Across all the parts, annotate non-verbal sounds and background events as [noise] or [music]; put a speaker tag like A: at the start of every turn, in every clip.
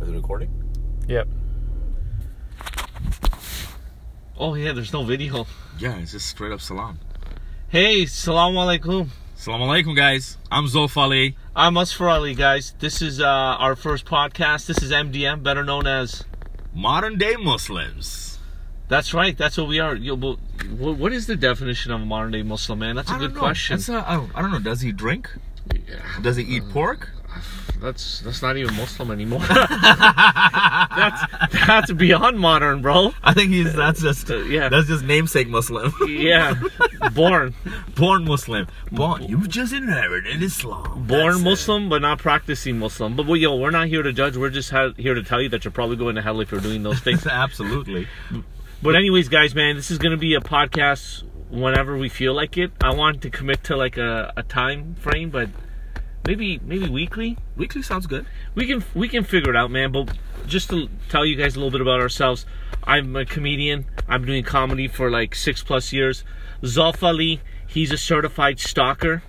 A: recording?
B: Yep.
C: Oh yeah, there's no video.
A: Yeah, it's just straight up salam.
C: Hey, salam alaikum.
A: Salam alaikum, guys. I'm Zofali.
C: I'm Asfar Ali, guys. This is uh, our first podcast. This is MDM, better known as.
A: Modern day Muslims.
C: That's right. That's what we are. Yo, but wh- what is the definition of a modern day Muslim man? That's a
A: I
C: good
A: don't know.
C: question.
A: That's a, I, don't, I don't know. Does he drink? Does he eat pork?
C: That's that's not even Muslim [laughs] anymore. that's that's beyond modern, bro.
A: I think he's that's just
C: yeah.
A: That's just namesake Muslim. [laughs]
C: Yeah, born
A: Born Muslim. Born. You've just inherited Islam.
C: born
A: That's it.
C: Muslim, but not practicing Muslim. But we, yo, we're not here to judge. We're just ha- here to tell you that you're probably going to hell if you're doing those things.
A: [laughs] Absolutely.
C: But anyways, guys, man, this is gonna be a podcast whenever we feel like it. I wanted to commit to like a, a time frame, but maybe maybe weekly.
A: Weekly sounds good.
C: We can we can figure it out, man. But just to tell you guys a little bit about ourselves, I'm a comedian. I'm doing comedy for like six plus years. Zolf Ali, he's a certified stalker,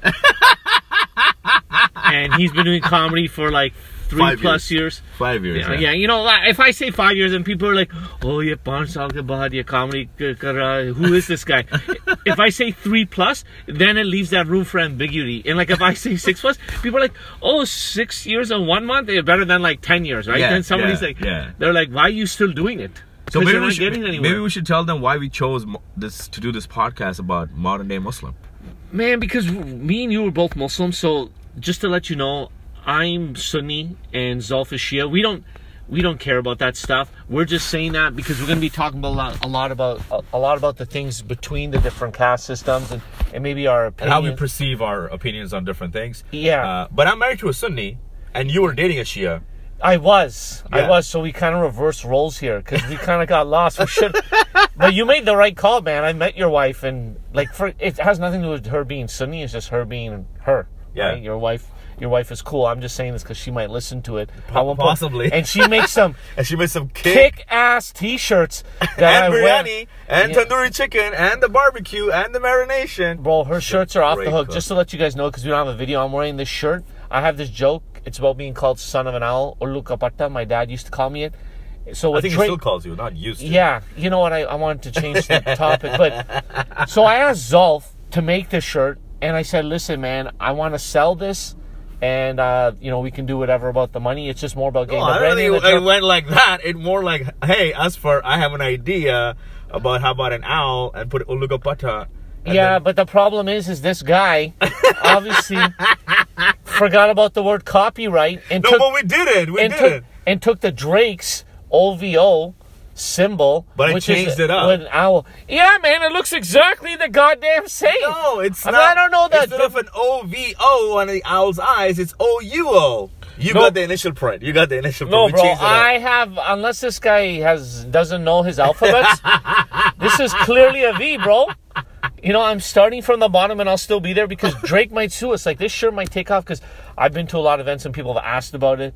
C: and he's been doing comedy for like three
A: Five
C: plus years.
A: Five years.
C: Yeah, yeah, you know, like, if I say five years and people are like, "Oh, ye पांच साल के बाद ये comedy क- कर रहा है. Who is this guy? [laughs] if I say three plus, then it leaves that room for ambiguity. And like if I say six plus, people are like, "Oh, six years and one month is better than like ten years, right?"
A: Yeah,
C: then somebody's
A: yeah,
C: like,
A: yeah.
C: "They're like, why are you still doing it?
A: So
C: 'Cause
A: maybe
C: you're
A: we,
C: not
A: should,
C: getting anywhere."
A: maybe we should tell them why we chose mo- this to do this podcast about modern day Muslim.
C: Man, because me and you were both Muslim, so just to let you know, I'm Sunni and Zulf is Shia. We don't we don't care about that stuff. We're just saying that because we're going to be talking about a lot, a lot about a, a lot about the things between the different caste systems and, and maybe our
A: and
C: opinion.
A: how we perceive our opinions on different things.
C: Yeah.
A: Uh, but I'm married to a Sunni, and you were dating a Shia.
C: I was,
A: Yeah.
C: I was. So we kind of reversed roles here because we kind of got lost. We should, [laughs] but you made the right call, man. I met your wife, and like, for it has nothing to do with her being Sunni. It's just her being her.
A: Yeah.
C: Your wife, your wife is cool. I'm just saying this because she might listen to it. at one point.
A: possibly.
C: And she makes
A: [laughs]
C: some
A: And she made some cake
C: kick-ass T-shirts that
A: and
C: I wear.
A: biryani and
C: Yeah.
A: tandoori chicken and the barbecue and the marination.
C: Bro, her shirts are off the
A: great
C: hook.
A: cook.
C: Just to let you guys know, because we don't have a video, I'm wearing this shirt. I have this joke. It's about being called son of an owl or Lukapata. My dad used to call me it. So
A: I
C: with
A: think he
C: Drake-
A: still calls you, not used to.
C: Yeah, you know what? I, I wanted to
A: [laughs]
C: change the topic, but so I asked Zolf to make this shirt, and I said, "Listen, man, I want to sell this, and uh, you know we can do whatever about the money. It's just more about getting
A: Well, Oh,
C: the
A: I don't
C: branding."
A: think
C: and
A: it,
C: the term."
A: went like that. It more like, hey, as for I have an idea about how about an owl and put ulugapata. and
C: yeah,
A: then-
C: but the problem is, is this guy
A: [laughs]
C: obviously forgot about the word copyright and
A: no,
C: took
A: but we did it. We
C: and
A: did
C: took
A: it.
C: and took the Drake's OVO symbol,
A: But I
C: which is
A: changed it up.
C: With an owl. Yeah, man, it looks exactly the goddamn same.
A: No, it's
C: I mean,
A: not.
C: I don't know that.
A: Instead of an O V O on the owl's eyes, it's O U O. You
C: No.
A: got the initial print. You got the initial print.
C: No,
A: We
C: bro.
A: changed it up.
C: I have unless this guy has doesn't know
A: [laughs]
C: his alphabets. this is clearly a V, bro. You know, I'm starting from the bottom and I'll still be
A: [laughs]
C: there because Drake might sue us. Like this shirt might take off because I've been to a lot of events and people have asked about it.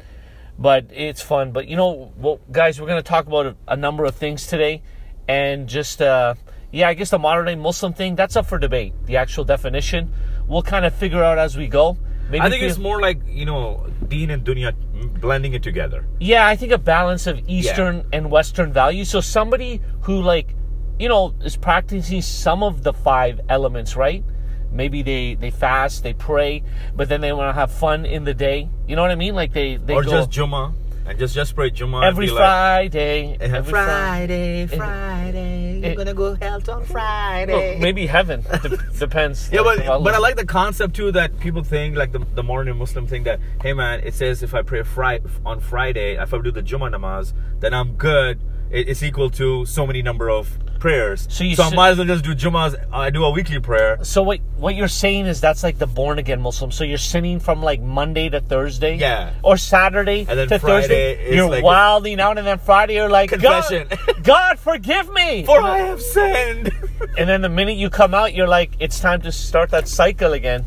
C: But it's fun. But you know, well, guys, we're gonna talk about a, a number of things today, and just uh, yeah, I guess the modern day Muslim thing that's up for debate. The actual definition, we'll kind of figure out as we go. Maybe
A: I think
C: if
A: it's
C: you-
A: more like you know Dean and Dunya blending it together.
C: Yeah, I think a balance of Eastern and Western values. So somebody who like, you know, is practicing some of the five elements, right? Maybe they they fast, they pray, but then they want to have fun in the day. You know what I mean? Like they they
A: or
C: go
A: just Juma and just just pray Juma and
C: every
A: be like-
C: Friday,
A: Eh,
C: every
D: Friday,
C: Friday.
D: Friday,
C: Eh. oh,
D: you're gonna go hell on Friday.
C: Well, maybe heaven Dep- [laughs] depends.
A: Yeah,
C: like,
A: but,
C: Allah.
A: but I like the concept too that people think like the, the modern Muslim thing that hey man it says if I pray fri- on Friday if I do the Juma namaz then I'm good it, it's equal to so many number of prayers
C: So you
A: so I
C: should-
A: might as well just do Jumas I do a weekly prayer
C: So what what you're saying is that's like the born again Muslim. So you're sinning from like Monday to Thursday,
A: Yeah.
C: or Saturday
A: And then
C: to
A: Friday
C: Thursday.
A: is
C: You're
A: like-
C: wilding out, and then Friday you're like,
A: Confession. [laughs]
C: God, God forgive me.
A: for I have sinned [laughs]
C: and then the minute you come out, you're like, it's time to start that cycle again.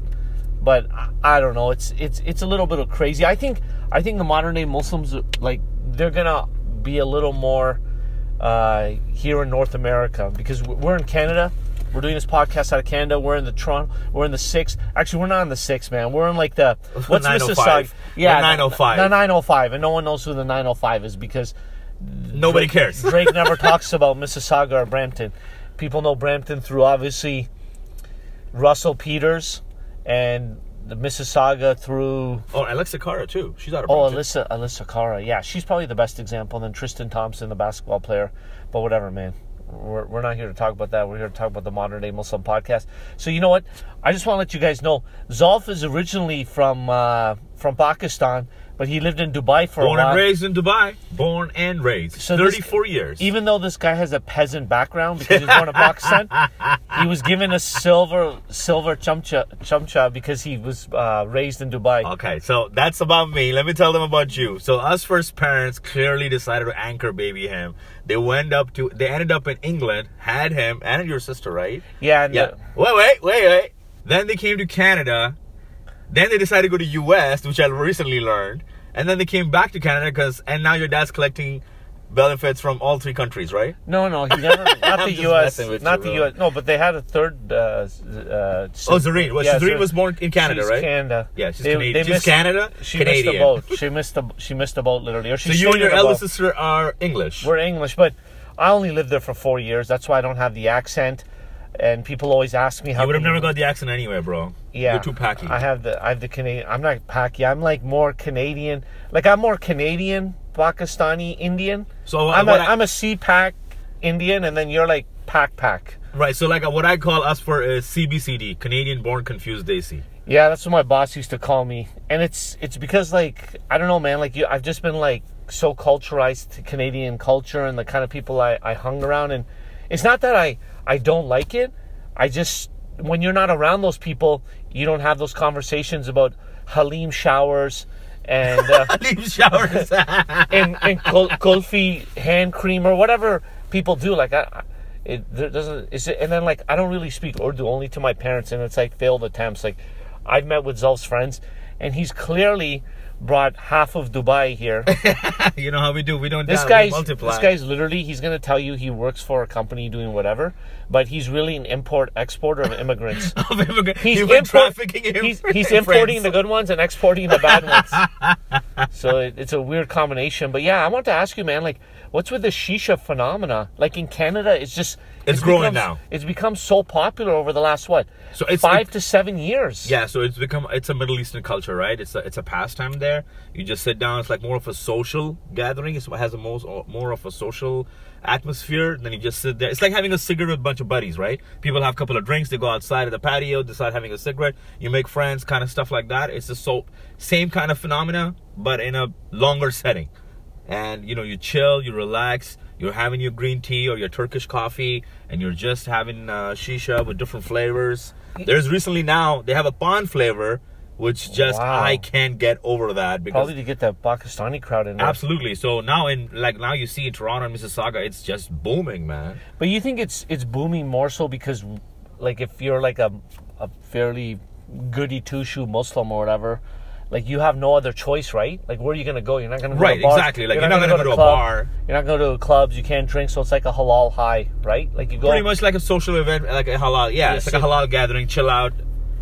C: But I, I don't know. It's it's it's a little bit of crazy. I think I think the modern day Muslims like they're gonna be a little more uh, here in North America because we're in Canada. We're doing this podcast out of Canada. We're in the Toronto. We're in the six. Actually, we're not in the six, man. We're in like the what's
A: 905.
C: Mississauga? Yeah,
A: The 905.
C: The, the 905, and no one knows who the 905 is because
A: Nobody cares.
C: Drake never talks about Mississauga or Brampton. People know Brampton through obviously Russell Peters and the Mississauga through
A: Oh, Alexa Cara too. She's out of.
C: Oh,
A: Brampton.
C: Alyssa, Alyssa Cara. Yeah, she's probably the best example. And then Tristan Thompson, the basketball player. But whatever, man. We're, we're not here to talk about that. We're here to talk about the modern day Muslim podcast. So you know what? I just want to let you guys know. Zolf is originally from uh, from Pakistan, but he lived in Dubai for
A: Born
C: a while.
A: and raised in Dubai. Born and raised.
C: So this-
A: 34 years.
C: Even though this guy has a peasant background because he was born in Pakistan, he was given a silver silver chumcha chumcha because he was uh, raised in Dubai.
A: Okay, so that's about me. Let me tell them about you. So us first parents clearly decided to anchor baby him. They went up to they ended up in England, had him and your sister, right?
C: yeah, and uh,
A: Yeah.
C: the-
A: Wait, wait, wait, wait. Then they came to Canada. Then they decided to go to US, which I recently learned. And then they came back to Canada cuz and now your dad's collecting benefits from all three countries, right?
C: No, no,
A: [laughs]
C: he never. Not
A: I'm
C: the
A: just
C: U.S.
A: messing with
C: Not
A: you,
C: the
A: bro.
C: U.S. No, but they had a third. Uh, s- uh,
A: Oh,
C: citizen.
A: Zareen. Well,
C: Yeah,
A: Zareen
C: Zareen.
A: was born in Canada,
C: She's
A: right?
C: Canada.
A: Yeah, she's
C: They-
A: Canadian.
C: they
A: she's
C: missed-
A: Canada,
C: She
A: Canadian.
C: missed a boat. She missed a. She missed a boat literally. Or she
A: So you and
C: stayed
A: your
C: in a boat.
A: elder sister are English.
C: We're English, but I only lived there for four years. That's why I don't have the accent. And people always ask me how.
A: I would have
C: can-
A: never got the accent anyway, bro.
C: Yeah,
A: You're too packy.
C: I have the. I have the Canadian. I'm not packy. I'm like more Canadian. Like I'm more Canadian, Pakistani, Indian.
A: So, uh,
C: I'm a,
A: what I-
C: am a CPAC Indian, and then you're like pack pack.
A: right, so like uh, what I call us for is CBCD, Canadian Born Confused Daisy. [laughs]
C: Yeah, that's what my boss used to call me, and it's it's because like I don't know, man. Like you, I've just been like so culturized to Canadian culture and the kind of people I I hung around, and it's not that I I don't like it. I just when you're not around those people, you don't have those conversations about Halim showers and uh,
A: Leave showers. [laughs]
C: and and kul- kulfi hand cream or whatever people do. Like I. I- It there doesn't. Is it, and then like I don't really speak Urdu only to my parents, and it's like failed attempts. Like I've met with Zulf's friends, and he's clearly brought half of Dubai
A: [laughs]
C: here.
A: you know how we do. We don't
C: This
A: down, we
C: guy's
A: multiply. [laughs]
C: this guy's literally he's gonna tell you he works for a company doing whatever, but he's really an import exporter of immigrants.
A: he's
C: He's
A: human
C: import-
A: trafficking. him [laughs]
C: He's,
A: for
C: he's
A: friends.
C: importing the good ones and exporting the bad ones.
A: [laughs]
C: so it, it's a weird combination. But yeah, I want to ask you, man, like, what's with the shisha phenomena? Like in Canada, it's just
A: It's growing
C: become-
A: now.
C: It's become so popular over the last what?
A: So it's-
C: five to seven years.
A: Yeah, so it's become it's a Middle Eastern culture, right? It's a it's a pastime there. You just sit down. It's like more of a social gathering. It's, it has a most uh, more of a social atmosphere. Then you just sit there. It's like having a cigarette with a bunch of buddies, right? People have a couple of drinks. They go outside of the patio. They start having a cigarette. You make friends, kind of stuff like that. It's the so same kind of phenomena, but in a longer setting. And you know, you chill, you relax. You're having your green tea or your Turkish coffee, and you're just having uh, shisha with different flavors. There's recently now they have a pond flavor, which just
C: Wow.
A: I can't get over that because
C: Probably to get that Pakistani crowd in there.
A: absolutely. So now in like now you see in Toronto and Mississauga, it's just booming, man.
C: But you think it's it's booming more so because, like, if you're like a a fairly goody two shoe Muslim or whatever, like you have no other choice, right? Like, where are you gonna go? You're not gonna go
A: Right,
C: to bars.
A: exactly. Like, you're not gonna go to a
C: club.
A: bar.
C: You're not gonna go to clubs. You can't drink, so it's like a halal high, right? Like you go.
A: Pretty much like a social event, like a halal. Yeah, it's
C: Yes,
A: like a
C: it-
A: halal gathering. Chill out,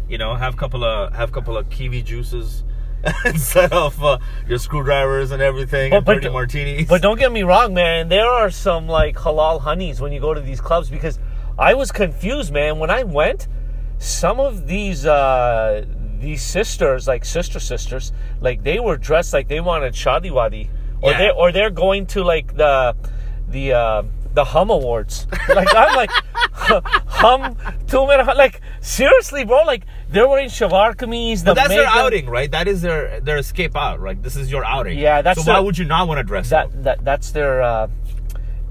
A: you know. Have a couple of have a couple of kiwi juices. [laughs] Instead of uh, your screwdrivers and everything,
C: But-
A: and
C: but-
A: dirty martinis.
C: But don't get me wrong, man. There are some like halal honeys when you go to these clubs because I was confused, man. When I went, some of these uh these sisters, like sister sisters, like they were dressed like they wanted shadi wadi, or
A: Yeah.
C: they or they're going to like the the uh, the Hum Awards. [laughs] Like I'm like Hum two minute like seriously, bro. Like they're wearing shavar kameez. The
A: But that's their
C: makeup.
A: outing, right? That is their their escape out, right? This is your outing.
C: Yeah, that's
A: so. Why
C: their-
A: would you not want to dress up?
C: that that that's their uh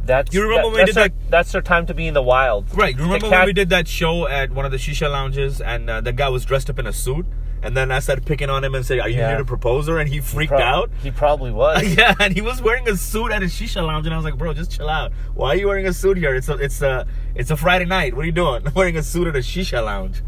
C: that's
A: You remember
C: that-
A: when we
C: that's
A: did
C: their,
A: that-
C: that's their time to be in the wild
A: Right. You remember when
C: cat-
A: we did that show at one of the shisha lounges, and uh, the guy was dressed up in a suit, and then I started picking on him and said, "Are you
C: Yeah.
A: here to propose her?" And he freaked
C: Pro-
A: out.
C: he probably was
A: [laughs] Yeah, and he was wearing a suit at a shisha lounge, and I was like, "Bro, just chill out. Why [laughs] are you wearing a suit here? It's a it's a it's a Friday night. What are you doing? wearing a suit at a shisha lounge."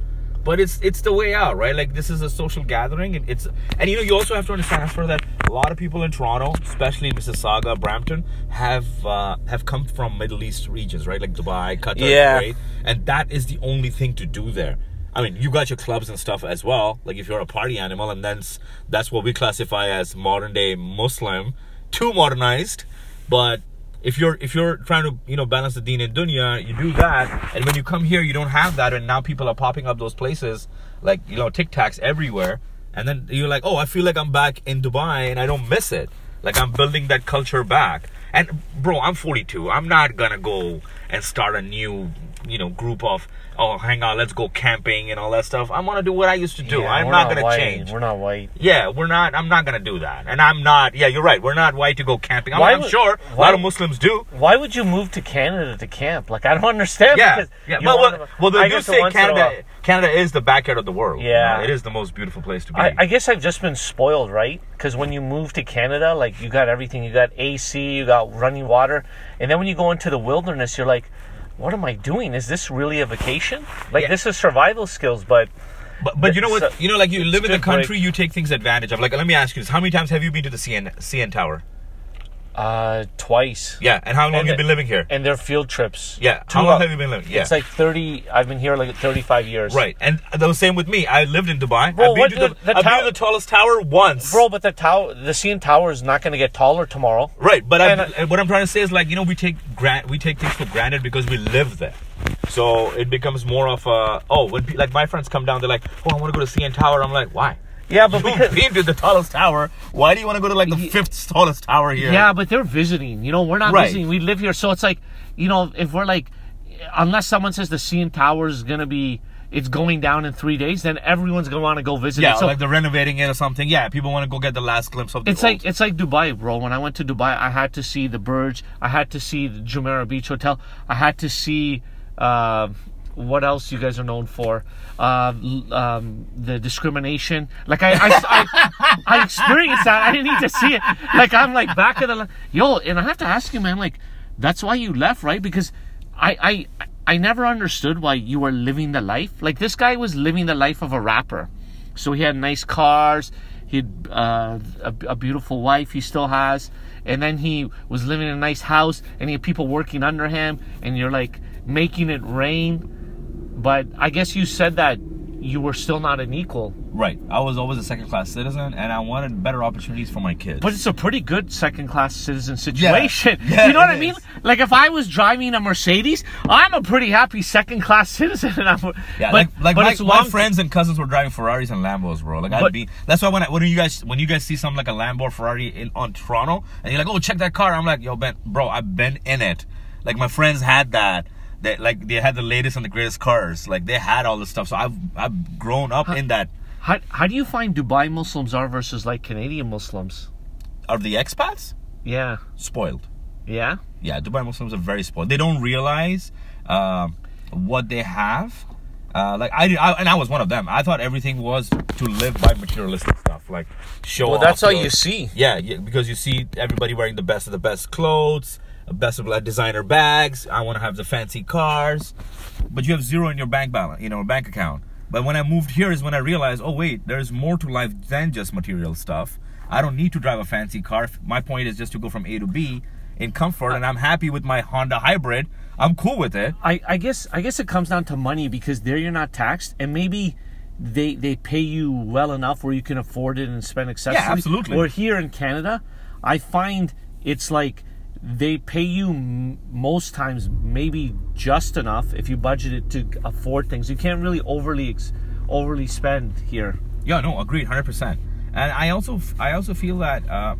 A: but it's it's the way out, right? Like this is a social gathering, and it's and you know you also have to understand as for that a lot of people in Toronto, especially Mississauga, Brampton, have uh, have come from Middle East regions, right? Like Dubai, Qatar,
C: Yeah.
A: Kuwait, and that is the only thing to do there. I mean, you got your clubs and stuff as well. Like if you're a party animal, and that's that's what we classify as modern day Muslim, too modernized. But if you're if you're trying to you know balance the deen and dunya, you do that. And when you come here, you don't have that. And now people are popping up those places like you know Tic Tacs everywhere. And then you're like, oh, I feel like I'm back in Dubai, and I don't miss it. Like I'm building that culture back. And bro, I'm 42. I'm not gonna go and start a new, you know, group of oh, hang on, let's go camping and all that stuff. I'm gonna do what I used to do.
C: Yeah,
A: I'm
C: we're
A: not, gonna
C: white.
A: change.
C: We're not white.
A: yeah, we're not. I'm not gonna do that. And I'm not. Yeah, you're right. We're not white to go camping. I
C: Why
A: mean, I'm
C: would-
A: sure a
C: why-
A: lot of Muslims do.
C: Why would you move to Canada to camp? Like I don't understand.
A: Yeah,
C: because
A: yeah.
C: you
A: Well,
C: wanna-
A: well, well,
C: I
A: they do
C: guess the
A: say
C: once in a while-
A: Canada. Canada is the backyard of the world. you know?
C: Yeah.
A: it is the most beautiful place to be.
C: I, I guess I've just been spoiled, right? Because when you move to Canada, like you got everything, you got AC, you got running water, and then when you go into the wilderness, you're like, "What am I doing? Is this really a vacation? Like
A: Yeah.
C: this is survival skills." But
A: But, but you know what?
C: So-
A: you know, like you live in the
C: good break.
A: country, you take things advantage of. Like, let me ask you this: How many times have you been to the CN CN Tower?
C: uh, twice,
A: Yeah, and how long
C: And
A: you
C: the-
A: been living here?
C: and they're field trips.
A: Yeah,
C: Two
A: how long
C: of-
A: have you been living? Yeah,
C: It's like thirty. I've been here like thirty-five years.
A: right. And the same with me. I lived in Dubai.
C: Bro,
A: I've been
C: what
A: to the,
C: the- the
A: I've been
C: tower-
A: to the tallest tower once.
C: bro. But the tower, the CN Tower is not going to get taller tomorrow.
A: Right, but
C: And, uh,
A: I, what I'm trying to say is like you know we take grant we take things for granted because we live there, so it becomes more of a oh when pe- like my friends come down they're like oh I want to go to CN Tower I'm like why
C: Yeah,
A: [laughs]
C: but
A: you've
C: because-
A: been to the tallest tower why do you want to go to like the fifth tallest tower here
C: Yeah, but they're visiting. You know, we're not
A: Right.
C: visiting. We live here, so it's like, you know, if we're like, unless someone says the CN Tower is gonna be, it's going down in three days, then everyone's gonna want to go visit.
A: yeah
C: it. So
A: like they're renovating it or something yeah people want to go get the last glimpse of the
C: it's
A: old-
C: like it's like Dubai, bro. When I went to Dubai, I had to see the Burj, I had to see the Jumeirah Beach Hotel, I had to see. Uh, what else you guys are known for? Uh, l- um, the discrimination. Like I, I, [laughs] I, I experienced that. I didn't need to see it. Like I'm like back of the li- yo, and I have to ask you, man. Like that's why you left, right? Because I, I, I never understood why you were living the life. Like this guy was living the life of a rapper. So he had nice cars. He had uh, a, a beautiful wife. He still has, and then he was living in a nice house, and he had people working under him. And you're like making it rain, but I guess you said that you were still not an equal.
A: right I was always a second class citizen and I wanted better opportunities for my kids
C: But it's a pretty good second class citizen situation.
A: Yeah,
C: you know what
A: it
C: I mean?
A: is.
C: Like if I was driving a Mercedes, I'm a pretty happy second class [laughs] citizen. And I'm,
A: Yeah,
C: but,
A: like, like
C: but
A: my,
C: it's
A: my
C: long-
A: friends and cousins were driving Ferraris and Lambos, bro. Like I'd
C: But-
A: be. That's why when I, when you guys when you guys see something like a Lambo or Ferrari in on Toronto and you're like, oh, check that car. I'm like, yo, Ben, bro, I've been in it. Like my friends had that. They like they had the latest and the greatest cars. Like they had all this stuff. So I've I've grown up in that.
C: How, how do you find Dubai Muslims are versus like Canadian Muslims?
A: Are the expats
C: Yeah,
A: spoiled?
C: yeah.
A: yeah, Dubai Muslims are very spoiled. They don't realize um, what they have. Uh, like I, did- I, and I was one of them. I thought everything was to live by materialistic stuff, like show.
C: Well, that's
A: off
C: all
A: your-
C: you see.
A: Yeah, yeah, because you see everybody wearing the best of the best clothes, the best of like designer bags. I want to have the fancy cars, but you have zero in your bank balance, you know, bank account. But when I moved here, is when I realized, oh wait, there's more to life than just material stuff. I don't need to drive a fancy car. My point is just to go from A to B in comfort, and I'm happy with my Honda Hybrid. I'm cool with it.
C: I, I guess I guess it comes down to money because there you're not taxed, and maybe they they pay you well enough where you can afford it and spend excessively.
A: absolutely.
C: Or here in Canada, I find it's like they pay you m- most times maybe just enough if you budget it to afford things. You can't really overly ex- overly spend here.
A: Yeah, no, agreed, hundred percent. And I also, I also feel that uh,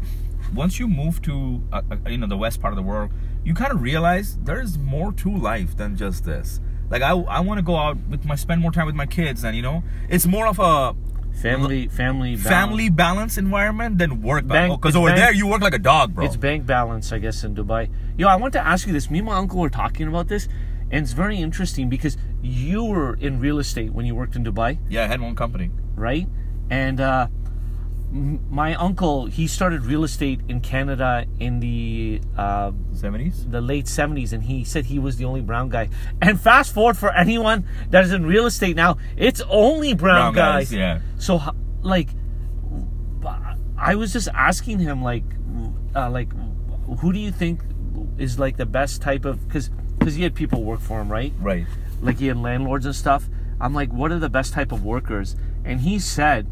A: once you move to uh, uh, you know the west part of the world, you kind of realize there's more to life than just this. Like I, I want to go out with my spend more time with my kids, and you know, it's more of a
C: Family family balance.
A: family balance environment than work balance.
C: Bank-
A: Because
C: it's
A: over
C: bank-
A: there you work like a dog, bro.
C: It's bank balance, I guess, in Dubai. Yo, I want to ask you this. Me and my uncle were talking about this, and it's very interesting because you were in real estate when you worked in Dubai,
A: yeah, I had one company.
C: right? And uh, m- my uncle he started real estate in Canada in the uh,
A: 70s?
C: the late 70s and he said he was the only brown guy and fast forward for anyone that is in real estate now it's only brown,
A: Brown guys, yeah.
C: so h- like w- i was just asking him like w- uh, like w- who do you think is like the best type of because because he had people work for him right
A: Right.
C: like he had landlords and stuff. I'm like, what are the best type of workers? And he said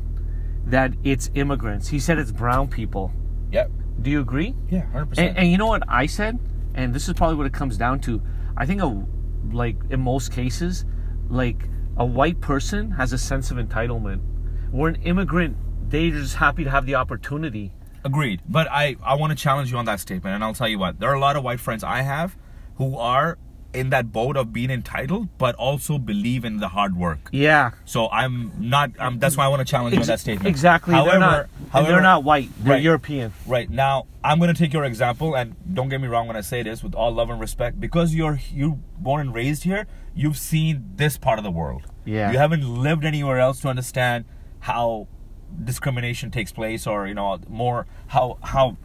C: that it's immigrants. He said it's brown people.
A: Yep.
C: Do you agree?
A: Yeah, 100%.
C: And, and you know what I said? And this is probably what it comes down to. I think, a, like in most cases, like a white person has a sense of entitlement. Where an immigrant, they're just happy to have the opportunity.
A: Agreed. But I, I want to challenge you on that statement, and I'll tell you what. There are a lot of white friends I have who are in that boat of being entitled, but also believe in the hard work.
C: Yeah.
A: So I'm not. I'm, that's why I want to challenge you on
C: Ex-
A: that statement.
C: Exactly.
A: However,
C: they're not, and
A: however,
C: they're not white. They're
A: Right.
C: European.
A: Right now, I'm going to take your example, and don't get me wrong when I say this, with all love and respect, because you're you born and raised here, you've seen this part of the world.
C: Yeah.
A: You haven't lived anywhere else to understand how discrimination takes place, or you know more how how.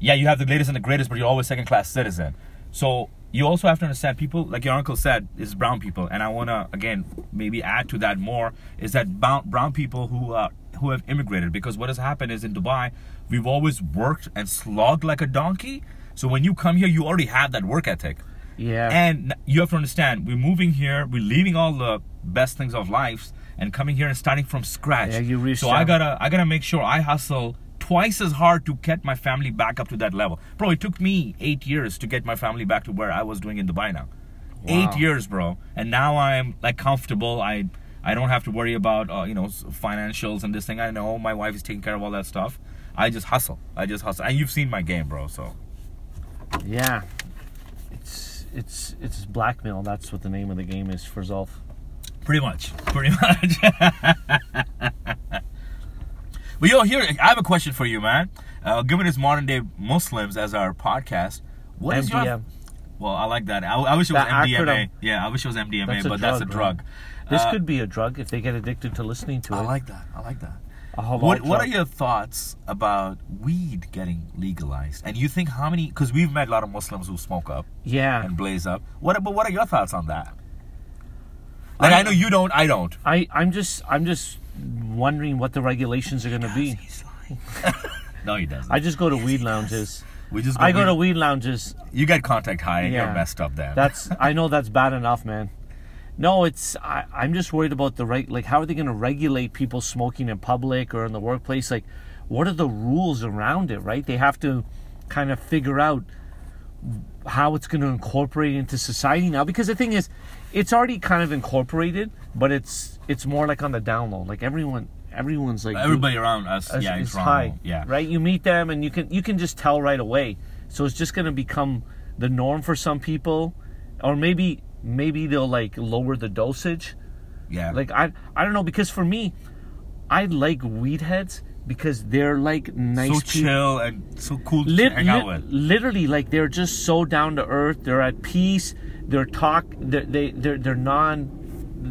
A: Yeah, you have the latest and the greatest, but you're always second class citizen. So you also have to understand people, like your uncle said, is brown people, and I want to again maybe add to that more is that brown, brown people who uh, who have immigrated because what has happened is in Dubai we've always worked and slogged like a donkey. So when you come here, you already have that work ethic.
C: Yeah.
A: And you have to understand, we're moving here, we're leaving all the best things of life and coming here and starting from scratch.
C: Yeah, you reached
A: so I
C: out.
A: gotta I gotta make sure I hustle twice as hard to get my family back up to that level. Bro, it took me eight years to get my family back to where I was doing in Dubai now. Eight years, bro. And now I'm like comfortable. I I don't have to worry about uh, you know s- financials and this thing. I know my wife is taking care of all that stuff. I just hustle. I just hustle. And you've seen my game, bro. So
C: Yeah. It's it's it's blackmail. That's what the name of the game is for Zolf.
A: Pretty much. Pretty [laughs] much. but yo, here I have a question for you, man. Uh, given it's modern day Muslims as our podcast, what is your?
C: MDM.
A: Well, I like that. I, I wish it was
C: That
A: MDMA.
C: acronym.
A: Yeah, I wish it was MDMA,
C: That's a
A: but that's a
C: drug,
A: drug.
C: This
A: Uh,
C: could be a drug if they get addicted to listening to it.
A: I like that. I like that.
C: a halal
A: What What are
C: drug.
A: your thoughts about weed getting legalized? And you think how many? Because we've met a lot of Muslims who smoke up
C: Yeah,
A: and blaze up. What? But what are your thoughts on that? Like I know you don't. I don't.
C: I I'm just I'm just wondering what the regulations are going to be.
A: [laughs] No, he doesn't.
C: I just go to weed lounges.
A: we just.
C: I go
A: we-
C: to weed lounges.
A: You got contact high and
C: Yeah.
A: you're messed up then.
C: That's I know that's bad enough, man. No, it's I, I'm just worried about the right. Like, how are they going to regulate people smoking in public or in the workplace? Like, what are the rules around it? Right? They have to kind of figure out how it's going to incorporate into society now. Because the thing is, it's already kind of incorporated, but it's it's more like on the down low. Like everyone, everyone's like
A: [laughs] everybody around us.
C: as-
A: yeah,
C: is
A: it's wrong.
C: high.
A: Yeah.
C: Right? You meet them and you can you can just tell right away. So it's just gonna become the norm for some people. Or maybe maybe they'll like lower the dosage.
A: Yeah.
C: Like I I don't know, because for me, I like weed heads because they're like nice
A: so
C: people.
A: chill and so cool
C: Lit-
A: to hang out
C: lit-
A: with.
C: literally like they're just so down to earth they're at peace they're talk they're, they they're they're non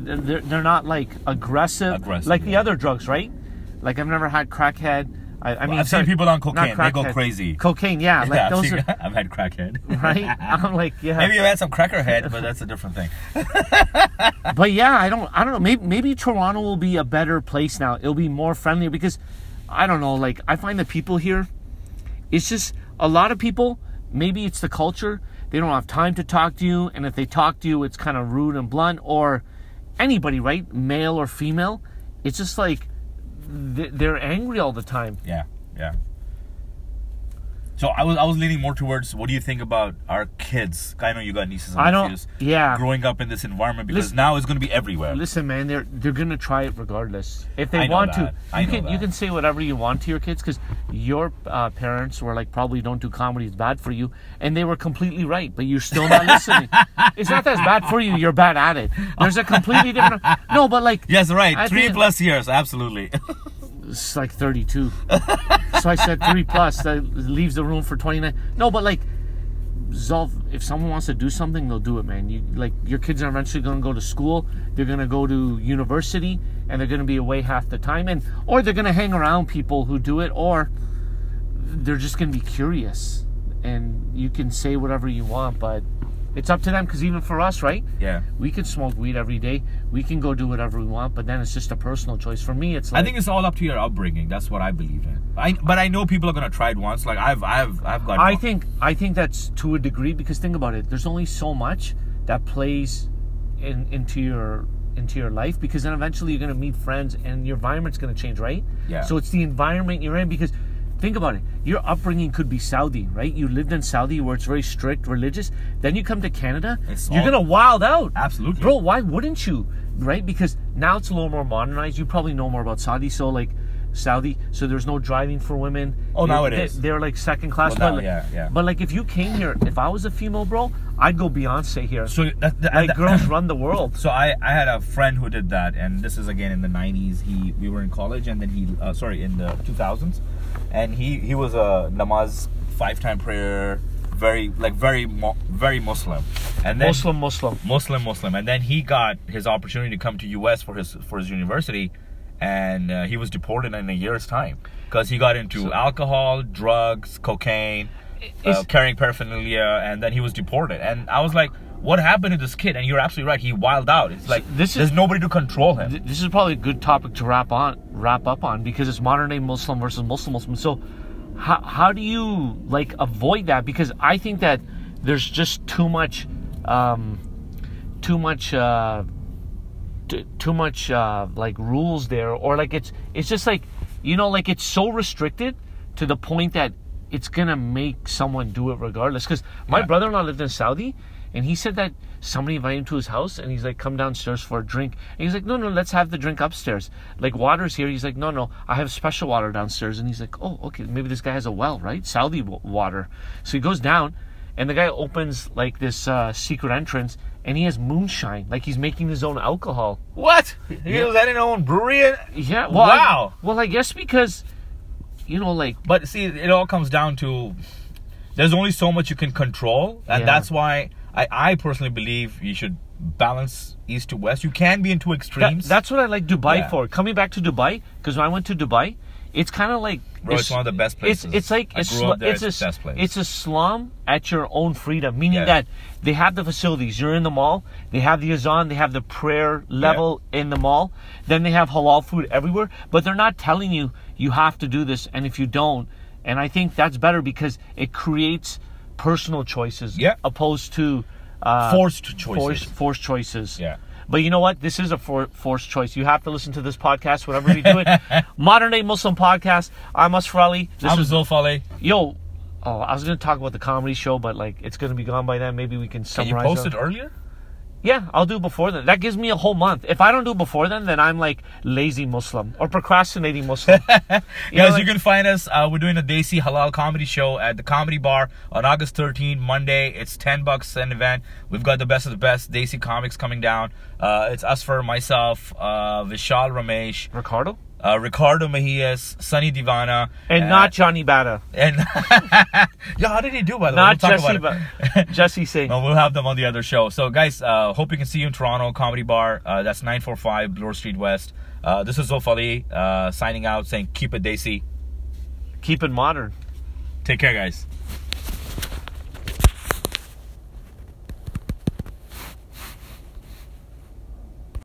C: they're- they're, they're not like aggressive,
A: Aggressive,
C: like the
A: yeah.
C: other drugs right like i've never had crackhead i, I mean
A: I've seen
C: sorry,
A: people on
C: not
A: cocaine, they go
C: crackhead.
A: crazy.
C: cocaine yeah like
A: [laughs] yeah, I've,
C: those
A: seen-
C: are
A: I've had
C: [laughs]
A: crackhead.
C: right i'm like yeah
A: Maybe you had some crackerhead, but that's a different thing.
C: but yeah, I don't, I don't know. Maybe, maybe Toronto will be a better place now. It'll be more friendlier because, I don't know. Like I find the people here, it's just a lot of people. Maybe it's the culture. They don't have time to talk to you, and if they talk to you, it's kind of rude and blunt. Or anybody, right, male or female, it's just like th- they're angry all the time.
A: Yeah, yeah. So I was I was leaning more towards what do you think about our kids? I know you got nieces and
C: I don't-
A: nephews.
C: yeah.
A: Growing up in this environment because
C: Listen-
A: now it's going to be everywhere.
C: Listen, man, they're they're gonna try it regardless. If they
A: I know
C: want
A: that.
C: to,
A: I
C: you
A: know
C: can you
A: that.
C: can say whatever you want to your kids because your uh, parents were like probably don't do comedy; it's bad for you, and they were completely right. But you're still
A: [laughs]
C: not listening. It's not that it's bad for you; you're bad at it. There's a completely different. No, but like
A: Yes, right.
C: I
A: Three
C: think-
A: plus years, absolutely.
C: it's like 32. so I said three plus. That leaves the room for 29. No, but like, Zolf, if someone wants to do something, they'll do it, man. You like your kids are eventually gonna go to school. They're gonna go to university. and they're going to be away half the time, and or they're going to hang around people who do it, or they're just going to be curious, and you can say whatever you want, but it's up to them. Because even for us, right?
A: Yeah.
C: We can smoke weed every day. We can go do whatever we want, but then it's just a personal choice. For me, it's like
A: I think it's all up to your upbringing. That's what I believe in. I but I know people are gonna try it once. Like I've I've I've got.
C: I think I think that's to a degree because think about it. There's only so much that plays in, into your into your life because then eventually you're gonna meet friends and your environment's gonna change, right?
A: Yeah.
C: So it's the environment you're in because think about it. Your upbringing could be Saudi, right? You lived in Saudi where it's very strict, religious. Then you come to Canada,
A: It's
C: you're
A: all-
C: gonna wild out.
A: absolutely.
C: Bro, why wouldn't you? Right? Because now it's a little more modernized. You probably know more about Saudi, so like Saudi, so there's no driving for women.
A: Oh, now it
C: they,
A: is.
C: They, are like second class.
A: Well, now,
C: but like,
A: yeah, yeah.
C: But like, if you came here, if I was a female, bro, I'd go Beyonce here.
A: so. That, that,
C: like,
A: that-
C: girls [laughs] run the world.
A: So I, I had a friend who did that, and this is again in the '90s. He we were in college, and then he uh, sorry in the 2000s, and he he was a namaz five time prayer, very like very mo- very Muslim, and then
C: Muslim, Muslim.
A: Muslim Muslim, and then he got his opportunity to come to U.S. for his for his university, and uh, he was deported in a year's time because he got into alcohol, drugs, cocaine, uh,
C: Is-
A: carrying paraphernalia, and then he was deported. And I was like, "What happened to this kid?" And you're absolutely right. He wilded out. It's like
C: this is-
A: there's nobody to control him.
C: Th- This is probably a good topic to wrap on, wrap up on, because it's modern day Muslim versus Muslim Muslim. So, how how do you like avoid that? Because I think that there's just too much, um, too much. Uh, t- too much uh, like rules there or like it's it's just like you know like it's so restricted to the point that it's gonna make someone do it regardless because my
A: Yeah.
C: brother-in-law lived in saudi and he said that somebody invited him to his house and he's like come downstairs for a drink and he's like no no let's have the drink upstairs like water's here he's like no no i have special water downstairs and he's like oh okay maybe this guy has a well right saudi w- water so he goes down and the guy opens like this uh, secret entrance and he has moonshine like he's making his own alcohol
A: What? He was at his own brewery. and-
C: yeah. Well, I-
A: Wow.
C: well, I guess because, you know, like
A: But see, it all comes down to there's only so much you can control, and
C: Yeah.
A: that's why I, I personally believe you should balance east to west. You can be in two
C: that,
A: extremes.
C: that's what I like Dubai
A: Yeah.
C: for. Coming back to Dubai because when I went to Dubai, it's kind of like
A: Bro, it's one of the best places.
C: It's, it's like
A: I
C: it's
A: grew up
C: slu-
A: there,
C: it's,
A: it's
C: a
A: the best place.
C: it's a slum at your own freedom, meaning
A: Yeah.
C: that they have the facilities. You're in the mall. They have the azan. They have the prayer level in the mall. Then they have halal food everywhere. But they're not telling you you have to do this, and if you don't, and I think that's better because it creates personal choices
A: Yeah.
C: opposed to uh,
A: Forced choices.
C: forced forced choices.
A: Yeah.
C: But you know what? This is a for, forced choice. You have to listen to this podcast whenever we do it.
A: [laughs]
C: Modern Day Muslim Podcast. I'm Asrali. This
A: I'm
C: is
A: Zulfale.
C: yo. Oh, I was gonna talk about the comedy show, but like it's gonna be gone by then. Maybe we can
A: Can
C: summarize.
A: you post
C: it.
A: it earlier?
C: Yeah, I'll do it before then. That gives me a whole month. If I don't do it before then, then I'm like lazy Muslim or procrastinating
A: [laughs]
C: Muslim. You know,
A: Guys,
C: like-
A: you can find us. Uh, we're doing a Desi Halal comedy show at the Comedy Bar on August 13, Monday. It's 10 bucks an event. We've got the best of the best Desi comics coming down. Uh, it's us for myself, uh, Vishal Ramesh,
C: Ricardo
A: uh, Ricardo Mejias, Sunny Divana,
C: and
A: uh,
C: not Johnny Bata,
A: and [laughs] yeah, how did he do by the
C: not
A: way? We'll talk
C: Jesse,
A: about
C: but
A: it. [laughs]
C: Jesse Singh.
A: No, we'll have them on the other show. So, guys, uh, hope you can see you in Toronto Comedy Bar. Uh, that's 945 Bloor Street West. Uh, this is Zofali uh, signing out, saying keep it Desi.
C: Keep it modern.
A: Take care, guys.